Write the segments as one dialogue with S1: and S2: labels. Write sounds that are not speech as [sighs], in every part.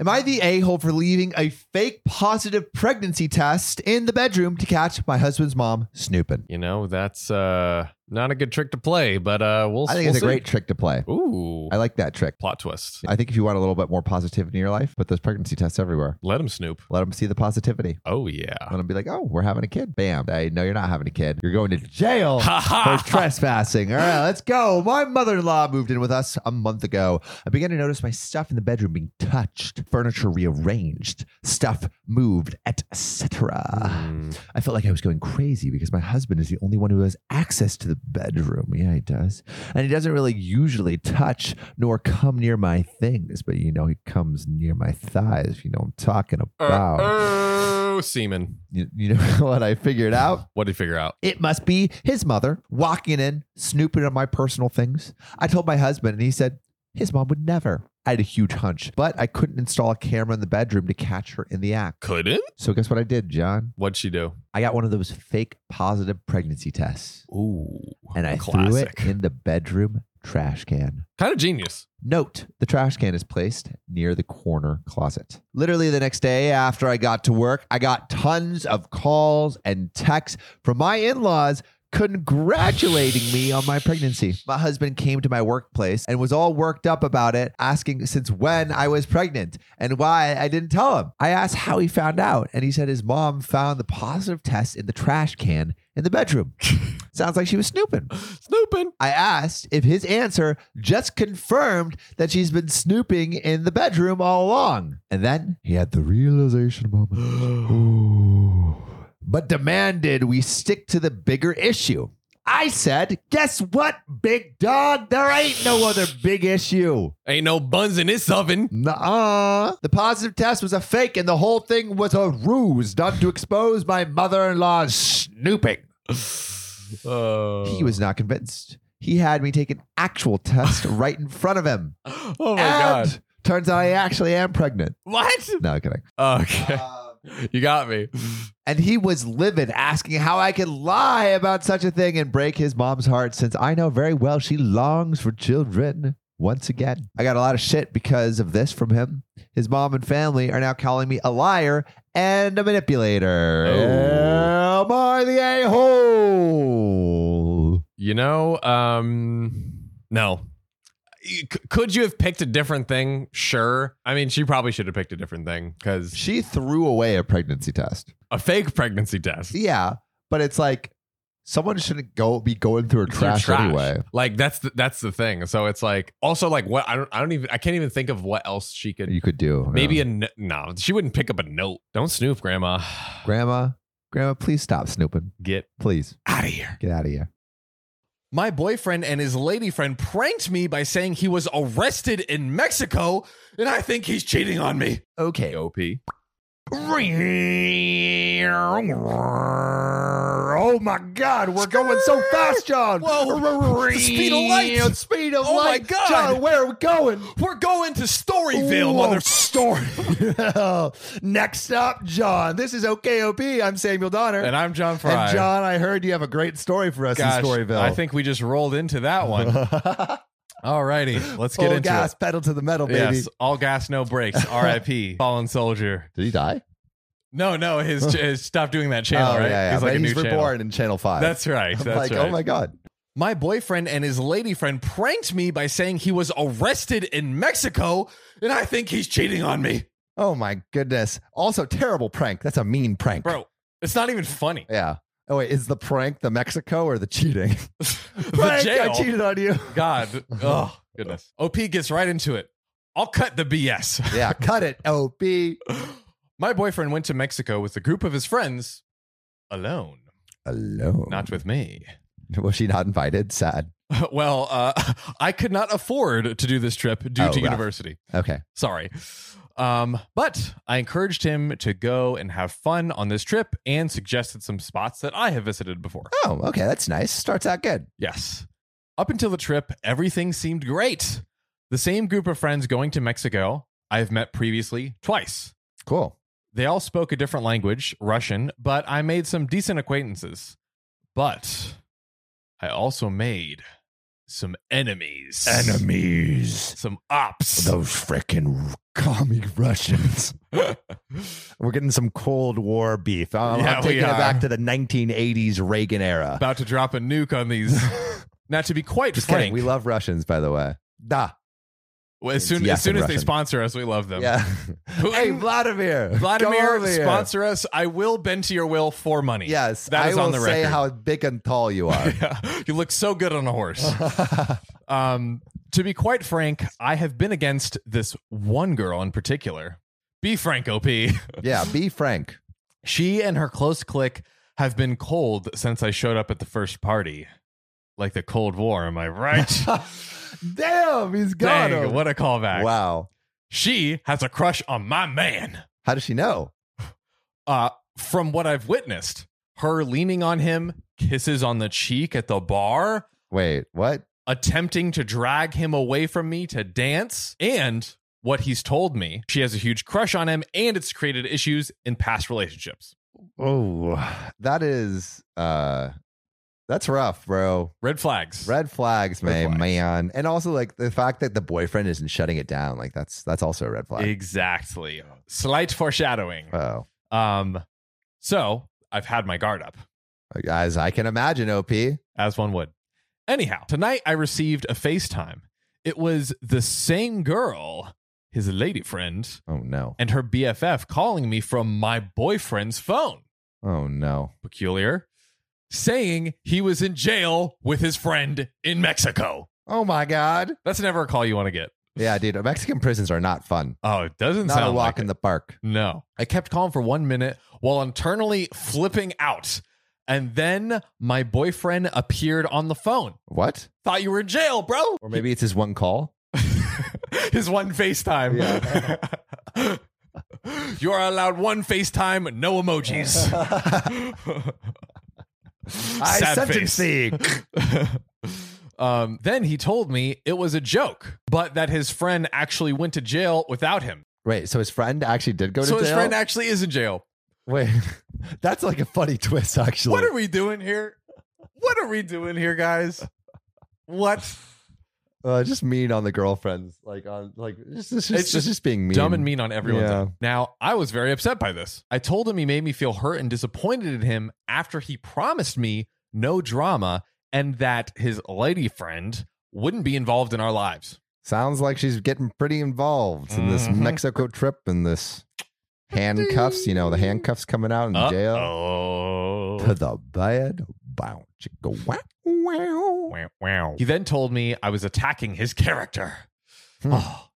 S1: Am I the a hole for leaving a fake positive pregnancy test in the bedroom to catch my husband's mom snooping?
S2: You know, that's uh not a good trick to play, but uh we'll
S1: I think
S2: we'll
S1: it's a
S2: see.
S1: great trick to play.
S2: Ooh.
S1: I like that trick.
S2: plot twist.
S1: I think if you want a little bit more positivity in your life, put those pregnancy tests everywhere.
S2: Let him snoop.
S1: Let them see the positivity.
S2: Oh yeah.
S1: Let them be like, oh, we're having a kid. Bam. Hey, no, you're not having a kid. You're going to jail.
S2: [laughs] Ha
S1: for
S2: ha.
S1: trespassing. All right, let's go. My mother in law moved in with us a month ago. I began to notice my stuff in the bedroom being touched, furniture rearranged, stuff moved, etc.
S2: Mm.
S1: I felt like I was going crazy because my husband is the only one who has access to the bedroom. Yeah, he does. And he doesn't really usually touch nor come near my things, but you know, he comes near my thighs, if you know what I'm talking about.
S2: Oh, semen.
S1: You, you know [laughs] what I figured out?
S2: What did he figure out?
S1: It must be his mother walking in, snooping on my personal things. I told my husband, and he said his mom would never. I had a huge hunch, but I couldn't install a camera in the bedroom to catch her in the act.
S2: Couldn't?
S1: So, guess what I did, John?
S2: What'd she do?
S1: I got one of those fake positive pregnancy tests
S2: Ooh.
S1: and I threw
S2: classic.
S1: it in the bedroom trash can.
S2: Kind of genius.
S1: Note the trash can is placed near the corner closet. Literally the next day after I got to work, I got tons of calls and texts from my in laws congratulating me on my pregnancy. My husband came to my workplace and was all worked up about it, asking since when I was pregnant and why I didn't tell him. I asked how he found out, and he said his mom found the positive test in the trash can in the bedroom. Sounds like she was snooping.
S2: Snooping.
S1: I asked if his answer just confirmed that she's been snooping in the bedroom all along. And then he had the realization moment. but demanded we stick to the bigger issue. I said, guess what, big dog? There ain't no other big issue.
S2: Ain't no buns in
S1: [laughs]
S2: this oven.
S1: Nuh-uh. The positive test was a fake and the whole thing was a ruse done to expose my mother-in-law's snooping.
S2: Uh,
S1: He was not convinced. He had me take an actual test right in front of him.
S2: Oh my
S1: and
S2: god.
S1: turns out I actually am pregnant.
S2: What?
S1: No, I'm kidding. Um,
S2: Okay.
S1: Ah.
S2: you got me.
S1: and he was livid, asking how I could lie about such a thing and break his mom's heart since I know very well she longs for children. Once again, I got a lot of shit because of this from him. His mom and family are now calling me a liar and a manipulator.
S2: Oh.
S1: Am I the a hole?
S2: You know, um no. You- c- Could you have picked a different thing? Sure. I mean, she probably should have picked a different thing because
S1: She threw away a pregnancy test.
S2: a fake pregnancy test.
S1: Yeah, but it's like someone shouldn't go be going through a
S2: They're
S1: trash, anyway.
S2: Like that's the, that's the thing. So it's like also like what I don't I don't even I can't even think of what else she could
S1: You could do
S2: maybe
S1: yeah.
S2: a no, no she wouldn't pick up a note. Don't snoop, grandma.
S1: grandma, grandma, please stop snooping.
S2: Get
S1: Please
S2: out of here.
S1: get out of here.
S2: My boyfriend and his lady friend pranked me by saying he was arrested in Mexico, and I think he's cheating on me.
S1: Okay.
S2: OP.
S1: Oh my God, we're going so fast, John.
S2: Whoa. [laughs] The speed of light.
S1: Speed of
S2: Oh my
S1: light.
S2: God.
S1: John, where are we going?
S2: We're going to Storyville,
S1: Whoa.
S2: mother story.
S1: [laughs] Next up, John. This is OKOP. I'm Samuel Donner.
S2: And I'm John Fry.
S1: And John, I heard you have a great story for us
S2: Gosh,
S1: in Storyville.
S2: I think we just rolled into
S1: [laughs]
S2: that one. Alrighty, let's get
S1: Full
S2: into
S1: gas
S2: it.
S1: pedal to the metal, baby.
S2: Yes, all gas,
S1: [laughs]
S2: no brakes. R.I.P. Fallen soldier.
S1: Did he die?
S2: No, no, his, his stop doing that channel,
S1: oh,
S2: right?
S1: yeah, yeah.
S2: He's like
S1: But
S2: a new
S1: he's
S2: channel.
S1: reborn in Channel 5.
S2: That's right.
S1: I'm
S2: That's
S1: like,
S2: right.
S1: oh my God.
S2: My boyfriend and his lady friend pranked me by saying he was arrested in Mexico, and I think he's cheating on me.
S1: Oh my goodness. Also, terrible prank. That's a mean prank.
S2: Bro, it's not even funny. [laughs]
S1: Yeah. Oh, wait. Is the prank the Mexico or the cheating?
S2: the
S1: prank,
S2: jail.
S1: I cheated on
S2: [laughs]
S1: you.
S2: God. Oh, goodness. OP gets right into it. I'll cut the BS.
S1: yeah. Cut it, OP.
S2: [laughs] My boyfriend went to Mexico with a group of his friends alone,
S1: Alone.
S2: not with me. [laughs]
S1: Was she not invited? Sad.
S2: Well, uh, [laughs] I could not afford to do this trip due
S1: Oh,
S2: to
S1: rough.
S2: university.
S1: Okay.
S2: Sorry. Um, but I encouraged him to go and have fun on this trip and suggested some spots that I have visited before.
S1: Oh, okay. That's nice. Starts out good.
S2: Yes. Up until the trip, everything seemed great. The same group of friends going to Mexico I've met previously twice.
S1: Cool.
S2: They all spoke a different language, Russian, but I made some decent acquaintances. But I also made some enemies.
S1: Enemies.
S2: Some ops.
S1: Those freaking
S3: Call me
S1: [laughs]
S3: Russians. We're getting some Cold War beef. I'm, I'm
S2: Yeah, we
S3: taking it back
S2: are.
S3: to the 1980s Reagan era.
S2: About to drop a nuke on these. [laughs] Not to be quite
S3: Just
S2: frank,
S3: kidding. We love Russians, by the way. Da.
S2: Well, as soon
S3: Yes,
S2: as soon
S3: in
S2: as they
S3: Russian.
S2: sponsor us, we love them. [laughs]
S3: Yeah.
S2: Putin-
S3: hey, Vladimir. come
S2: Um, Vladimir,
S3: over here.
S2: sponsor us. I will bend to your will for money.
S3: Yes,
S2: That
S3: I
S2: is
S3: will
S2: on the
S3: say
S2: record.
S3: how big and tall you
S2: [laughs]
S3: are.
S2: Yeah. [laughs] You look so good on
S3: [laughs]
S2: a horse. um, to be quite frank, I have been against this one girl in particular. Be frank, OP.
S3: yeah, be frank.
S2: [laughs] She and her close clique have been cold since I showed up at the first party. Like the Cold War, am I right?
S3: Damn, he's [laughs] got
S2: Dang,
S3: him.
S2: what a callback.
S3: Wow.
S2: She has a crush on my man.
S3: How does she know?
S2: uh, from what I've witnessed, her leaning on him, kisses on the cheek at the bar,
S3: Wait, what?
S2: attempting to drag him away from me to dance, and what he's told me, she has a huge crush on him, and it's created issues in past relationships.
S3: Oh, that is uh that's rough, bro.
S2: Red flags.
S3: Red flags,
S2: Red
S3: man,
S2: flags.
S3: man. And also like the fact that the boyfriend isn't shutting it down, like that's that's also a red flag.
S2: Exactly. Slight foreshadowing.
S3: Oh.
S2: Um, so I've had my guard up.
S3: As I can imagine, OP.
S2: as one would. Anyhow, tonight I received a FaceTime. It was the same girl, his lady friend,
S3: Oh no.
S2: and her BFF calling me from my boyfriend's phone.
S3: Oh no.
S2: Peculiar. Saying he was in jail with his friend in Mexico.
S3: Oh my god.
S2: That's never a call you want to get.
S3: Yeah, dude. Mexican prisons are not fun.
S2: [laughs] Oh, it doesn't
S3: Not a
S2: sound
S3: walk
S2: like
S3: in
S2: it.
S3: the park.
S2: No. I kept calling for one minute while internally flipping out. And then my boyfriend appeared on the phone.
S3: What?
S2: Thought you were in jail, bro.
S3: Or maybe it's his one call.
S2: [laughs] his one FaceTime. [laughs] you are allowed one FaceTime, no emojis.
S3: [laughs]
S2: Sad face.
S3: thee.
S2: [laughs] um, then he told me it was a joke, but that his friend actually went to jail without him.
S3: Wait, so his friend actually did go to
S2: so
S3: jail.
S2: his friend actually is in jail.
S3: Wait, [laughs] that's like a funny twist, actually.
S2: What are we doing here? What are we doing here, guys? What?
S3: uh, just mean on the girlfriends, like on like it's just,
S2: It's
S3: it's just, just being mean.
S2: Dumb and mean on everyone.
S3: Yeah.
S2: Now, I was very upset by this. I told him he made me feel hurt and disappointed in him after he promised me no drama and that his lady friend wouldn't be involved in our lives.
S3: Sounds like she's getting pretty involved in this
S2: Mhm.
S3: Mexico trip and this handcuffs. You know, the handcuffs coming out in jail to
S2: Oh.
S3: the bed. Wow, chicka, wow, wow.
S2: Wow. He then told me I was attacking his character.
S3: Hmm.
S2: Oh.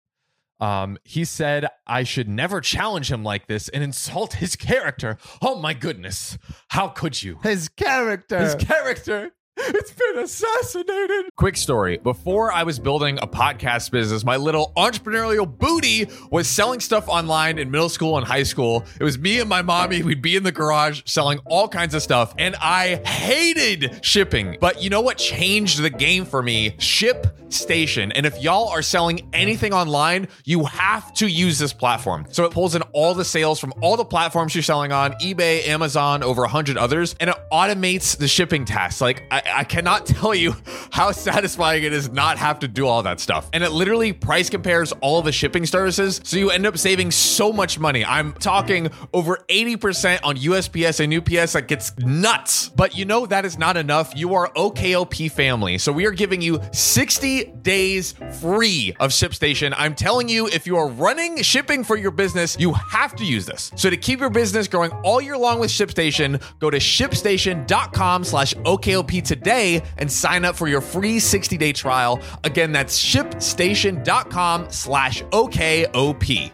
S2: Um, he said I should never challenge him like this and insult his character. Oh my goodness. How could you?
S3: His character.
S2: His character. It's been assassinated. Quick story. Before I was building a podcast business, my little entrepreneurial booty was selling stuff online in middle school and high school. It was me and my mommy. We'd be in the garage selling all kinds of stuff, and I hated shipping. But you know what changed the game for me? Ship Station. And if y'all are selling anything online, you have to use this platform. So it pulls in all the sales from all the platforms you're selling on eBay, Amazon, over 100 others, and it automates the shipping tasks. Like, I, I cannot [laughs] tell you how satisfying it is not have to do all that stuff. And it literally price compares all the shipping services. So you end up saving so much money. I'm talking over 80% on USPS and UPS. Like, it's nuts. But you know, that is not enough. You are OKOP family. So we are giving you 60 days free of ShipStation. I'm telling you, if you are running shipping for your business, you have to use this. So to keep your business growing all year long with ShipStation, go to shipstation.com slash OKOP today and sign up for your free 60-day trial. Again, that's shipstation.com slash OKOP.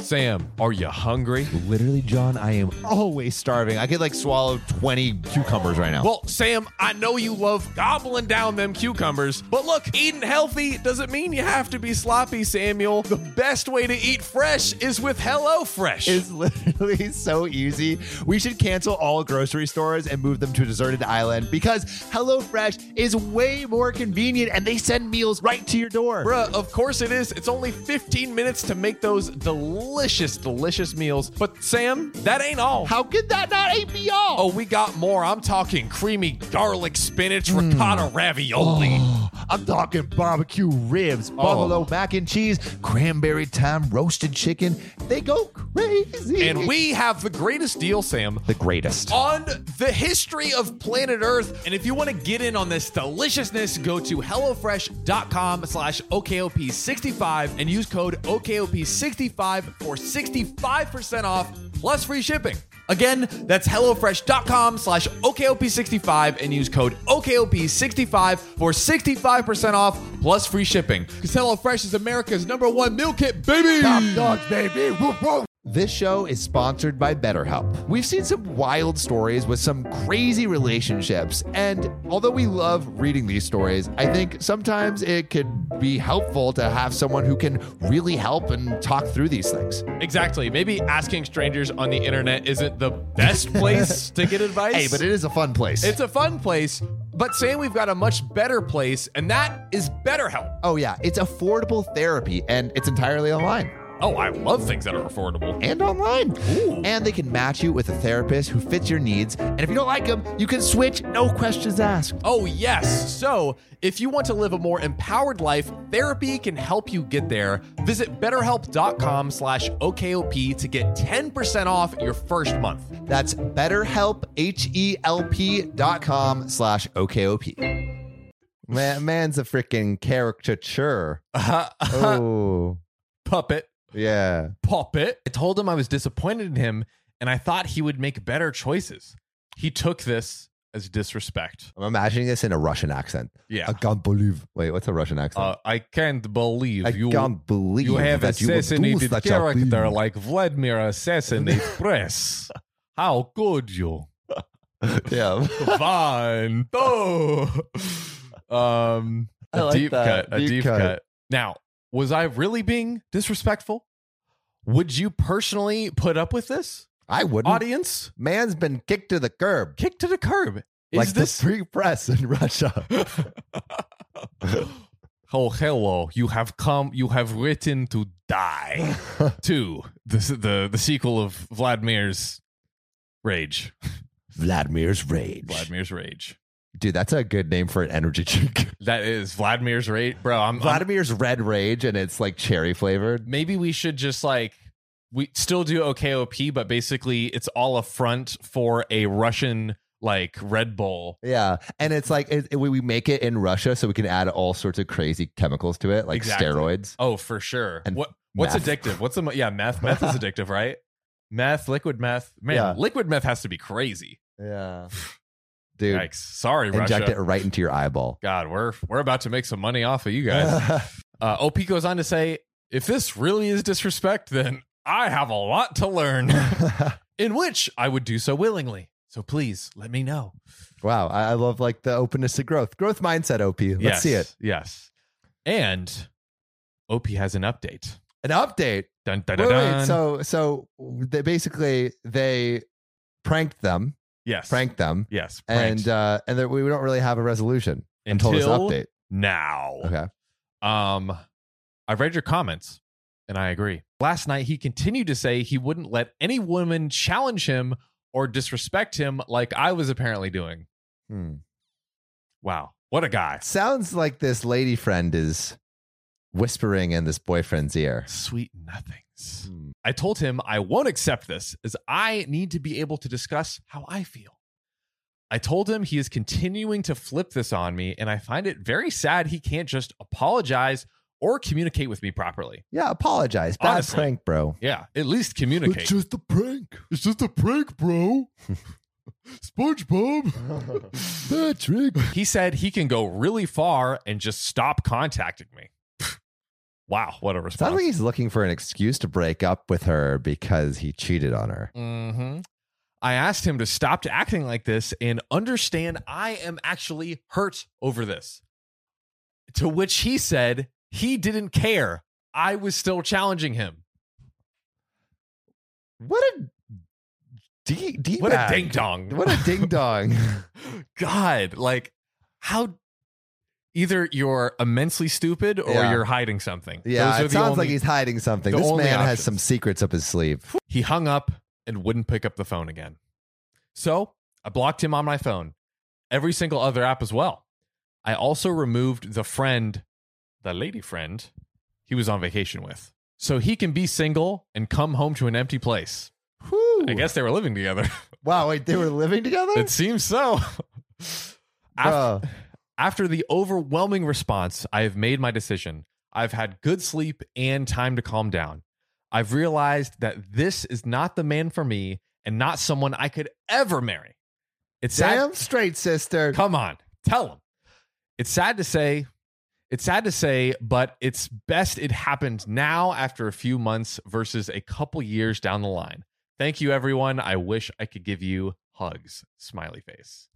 S2: Sam, are you hungry?
S1: Literally, John, I am always starving. I could like swallow 20 cucumbers right now. [laughs]
S2: Well, Sam, I know you love gobbling down them cucumbers, but look, eating healthy doesn't mean you have to be sloppy, Samuel. The best way to eat fresh is with HelloFresh.
S1: is literally so easy. We should cancel all grocery stores and move them to a deserted island because HelloFresh is way more convenient and they send meals right to your door.
S2: Bruh, of course it is. It's only 15 minutes to make those delicious, delicious meals. But Sam, that ain't all.
S1: How could that not eat me all? Hmm.
S2: Oh, we got more. I'm talking creamy garlic spinach ricotta ravioli.
S4: I'm talking barbecue ribs,
S1: Oh.
S4: buffalo mac and cheese, cranberry thyme roasted chicken. They go crazy.
S2: And we have the greatest deal, Sam,
S4: the greatest.
S2: on the history of planet Earth. And if you want to get in on this deliciousness, go to HelloFresh.com slash OKOP65 and use code OKOP65 for 65% off plus free shipping. Again, that's HelloFresh.com slash OKOP65 and use code OKOP65 for 65% off plus free shipping. Because HelloFresh is America's number one meal kit, baby!
S4: Top dogs, baby. Woof, woof. This show is sponsored by BetterHelp. We've seen some wild stories with some crazy relationships, and although we love reading these stories, I think sometimes it could be helpful to have someone who can really help and talk through these things.
S2: Exactly. Maybe asking strangers on the internet isn't the
S4: [laughs]
S2: best place to get advice.
S4: Hey, but it is a fun place.
S2: it's a fun place. But Sam, we've got a much better place, and that is BetterHelp.
S4: oh, yeah, it's affordable therapy, and it's entirely online.
S2: Oh, I love things that are affordable.
S4: and online.
S2: Ooh.
S4: And they can match you with a therapist who fits your needs. And if you don't like them, you can switch, no questions asked.
S2: Oh, yes. So, if you want to live a more empowered life, therapy can help you get there. Visit betterhelp.com slash OKOP to get 10% off your first month.
S4: That's BetterHelp, H-E-L-P dot com slash OKOP.
S1: Man, man's a freaking caricature.
S4: Uh-huh.
S1: Oh,
S2: [laughs] Puppet.
S1: yeah.
S2: puppet. I told him I was disappointed in him and I thought he would make better choices. He took this as disrespect.
S1: I'm imagining this in a Russian accent.
S2: Yeah.
S1: I can't believe. Wait, what's a Russian accent?
S2: Uh, I can't believe
S1: I
S2: you
S1: can't believe
S2: you have
S1: that you would do
S2: assassinated
S1: such a
S2: character
S1: thing.
S2: like Vladimir Assassinate Press. How could you?
S1: [laughs]
S4: [laughs]
S1: yeah.
S2: Van [laughs] Tho. Um
S1: I
S2: a
S1: like
S2: deep
S1: that.
S2: cut. A deep,
S1: Deep
S2: cut.
S1: cut.
S2: Now, was I really being disrespectful? Would you personally put up with this?
S1: I wouldn't.
S2: Audience?
S1: Man's been kicked to the curb.
S2: kick to the curb. Is
S1: like
S2: this
S1: the free press in [laughs] Russia.
S2: [laughs] Oh hello, you have come you have written to [laughs] die to the the the sequel of Vladimir's Rage.
S1: Vladimir's rage.
S2: Vladimir's Rage.
S1: Dude, that's a good name for an energy drink.
S2: That is Vladimir's Rage. Bro, I'm,
S1: [laughs]
S2: I'm
S1: Vladimir's red rage, and it's like cherry flavored.
S2: maybe we should just like we still do OKOP, but basically it's all a front for a Russian like Red Bull.
S1: Yeah, and it's like it, it- we we make it in Russia, so we can add all sorts of crazy chemicals to it, like
S2: Exactly.
S1: steroids.
S2: Oh, for sure.
S1: And
S2: what what's
S1: meth.
S2: addictive? What's the mo- yeah meth? Meth [laughs] is addictive, right? Meth, liquid meth. Man,
S1: Yeah.
S2: liquid meth has to be crazy.
S1: Yeah, [sighs] dude,
S2: Yikes! Sorry,
S1: inject
S2: Russia.
S1: it right into your eyeball.
S2: God, we're we're about to make some money off of you guys. Uh, Op goes on to say, if this really is disrespect, then I have a lot to learn, [laughs] in which I would do so willingly. So please let me know.
S1: [laughs] wow, I, I love like the openness to growth, growth mindset. Op, let's
S2: yes,
S1: see it.
S2: Yes. And Op has an update.
S1: An update.
S2: Dun, dun,
S1: Wait,
S2: dun,
S1: wait,
S2: dun.
S1: so so they basically they pranked them,
S2: yes,
S1: pranked them,
S2: Yes, pranked.
S1: and uh and there, we don't really have a resolution until, this
S2: now.
S1: update. Okay,
S2: Um, I read your comments and I agree. Last night, he continued to say he wouldn't let any woman challenge him or disrespect him like I was apparently doing.
S1: Hmm.
S2: Wow. What a guy.
S1: sounds like this lady friend is whispering in this boyfriend's ear.
S2: Sweet nothings. I told him I won't accept this as I need to be able to discuss how I feel. I told him he is continuing to flip this on me, and I find it very sad he can't just apologize or communicate with me properly.
S1: Yeah, apologize. Bad
S2: Honestly.
S1: prank, bro.
S2: Yeah, at least communicate.
S1: just a prank.
S2: It's just a
S1: [laughs]
S2: prank, bro. SpongeBob.
S1: Bad trick.
S2: He said he can go really far and just stop contacting me. [laughs] wow, what a response.
S1: Sounds like he's looking for an excuse to break up with her because he cheated on her.
S2: hmm I asked him to stop acting like this and understand I am actually hurt over this. To which he said he didn't care. I was still challenging him.
S1: What a d d
S2: What a ding dong.
S1: What a ding dong.
S2: [laughs] God, like how either you're immensely stupid or
S1: Yeah.
S2: you're hiding something. Those
S1: yeah,
S2: are
S1: it
S2: the
S1: sounds
S2: only-
S1: like he's hiding something.
S2: the
S1: This
S2: only
S1: man has
S2: options.
S1: some secrets up his sleeve.
S2: He hung up and wouldn't pick up the phone again. So I blocked him on my phone, every single other app as well. I also removed the friend, the lady friend, he was on vacation with. So he can be single and come home to an empty place.
S1: Whew.
S2: I guess they were living together. [laughs]
S1: Wow, wait, they were living together?
S2: it seems so. After,
S1: Bruh.
S2: after the overwhelming response, I have made my decision. I've had good sleep and time to calm down. I've realized that this is not the man for me and not someone I could ever marry. It's sad-
S3: Damn straight, sister.
S2: [laughs] Come on, tell him. It's sad to say, it's sad to say, but it's best it happened now after a few months versus a couple years down the line. Thank you, everyone. I wish I could give you hugs. Smiley face.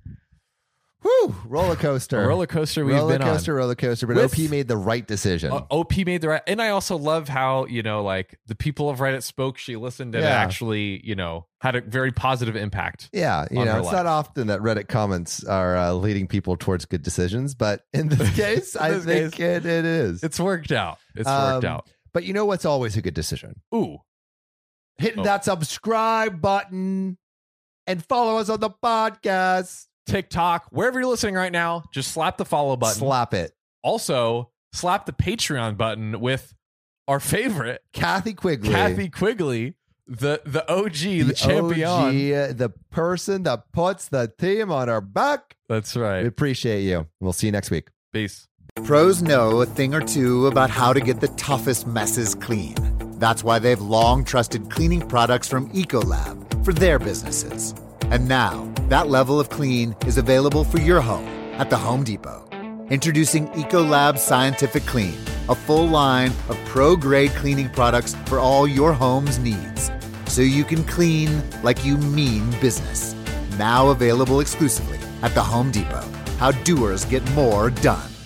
S3: Whew.
S1: roller coaster.
S2: A roller coaster we've
S1: roller
S2: been
S1: coaster, roller coaster. But
S2: With-
S1: OP made the right decision.
S2: on. Uh, OP made the right, and I also love how you know, like the people of Reddit spoke. She listened and it
S3: Yeah.
S2: actually, you know, had a very positive impact.
S1: yeah,
S2: on
S1: you know,
S2: her
S1: it's
S2: life.
S1: not often that Reddit comments are uh, leading people towards good decisions, but in
S2: [laughs]
S1: this case,
S2: In
S1: I
S2: this
S1: think It, it is.
S2: It's worked out. It's worked
S1: Um,
S2: out.
S1: But you know what's always a good decision?
S2: Ooh,
S1: Hitting
S2: Oh.
S1: that subscribe button and follow us on the podcast.
S2: TikTok, wherever you're listening right now, just slap the follow button.
S1: Slap it.
S2: also slap the Patreon button with our favorite
S1: Kathy Quigley.
S2: Kathy Quigley, the the OG, the,
S1: the
S2: champion.
S1: OG, the person that puts the team on our back.
S2: That's
S1: We
S2: right.
S1: appreciate you. We'll see you next week.
S2: Peace.
S5: Pros know a thing or two about how to get the toughest messes clean. That's why they've long trusted cleaning products from Ecolab for their businesses. And now, that level of clean is available for your home at the Home Depot. Introducing Ecolab Scientific Clean, a full line of pro grade cleaning products for all your home's needs, so you can clean like you mean business. Now available exclusively at the Home Depot. How doers get more done.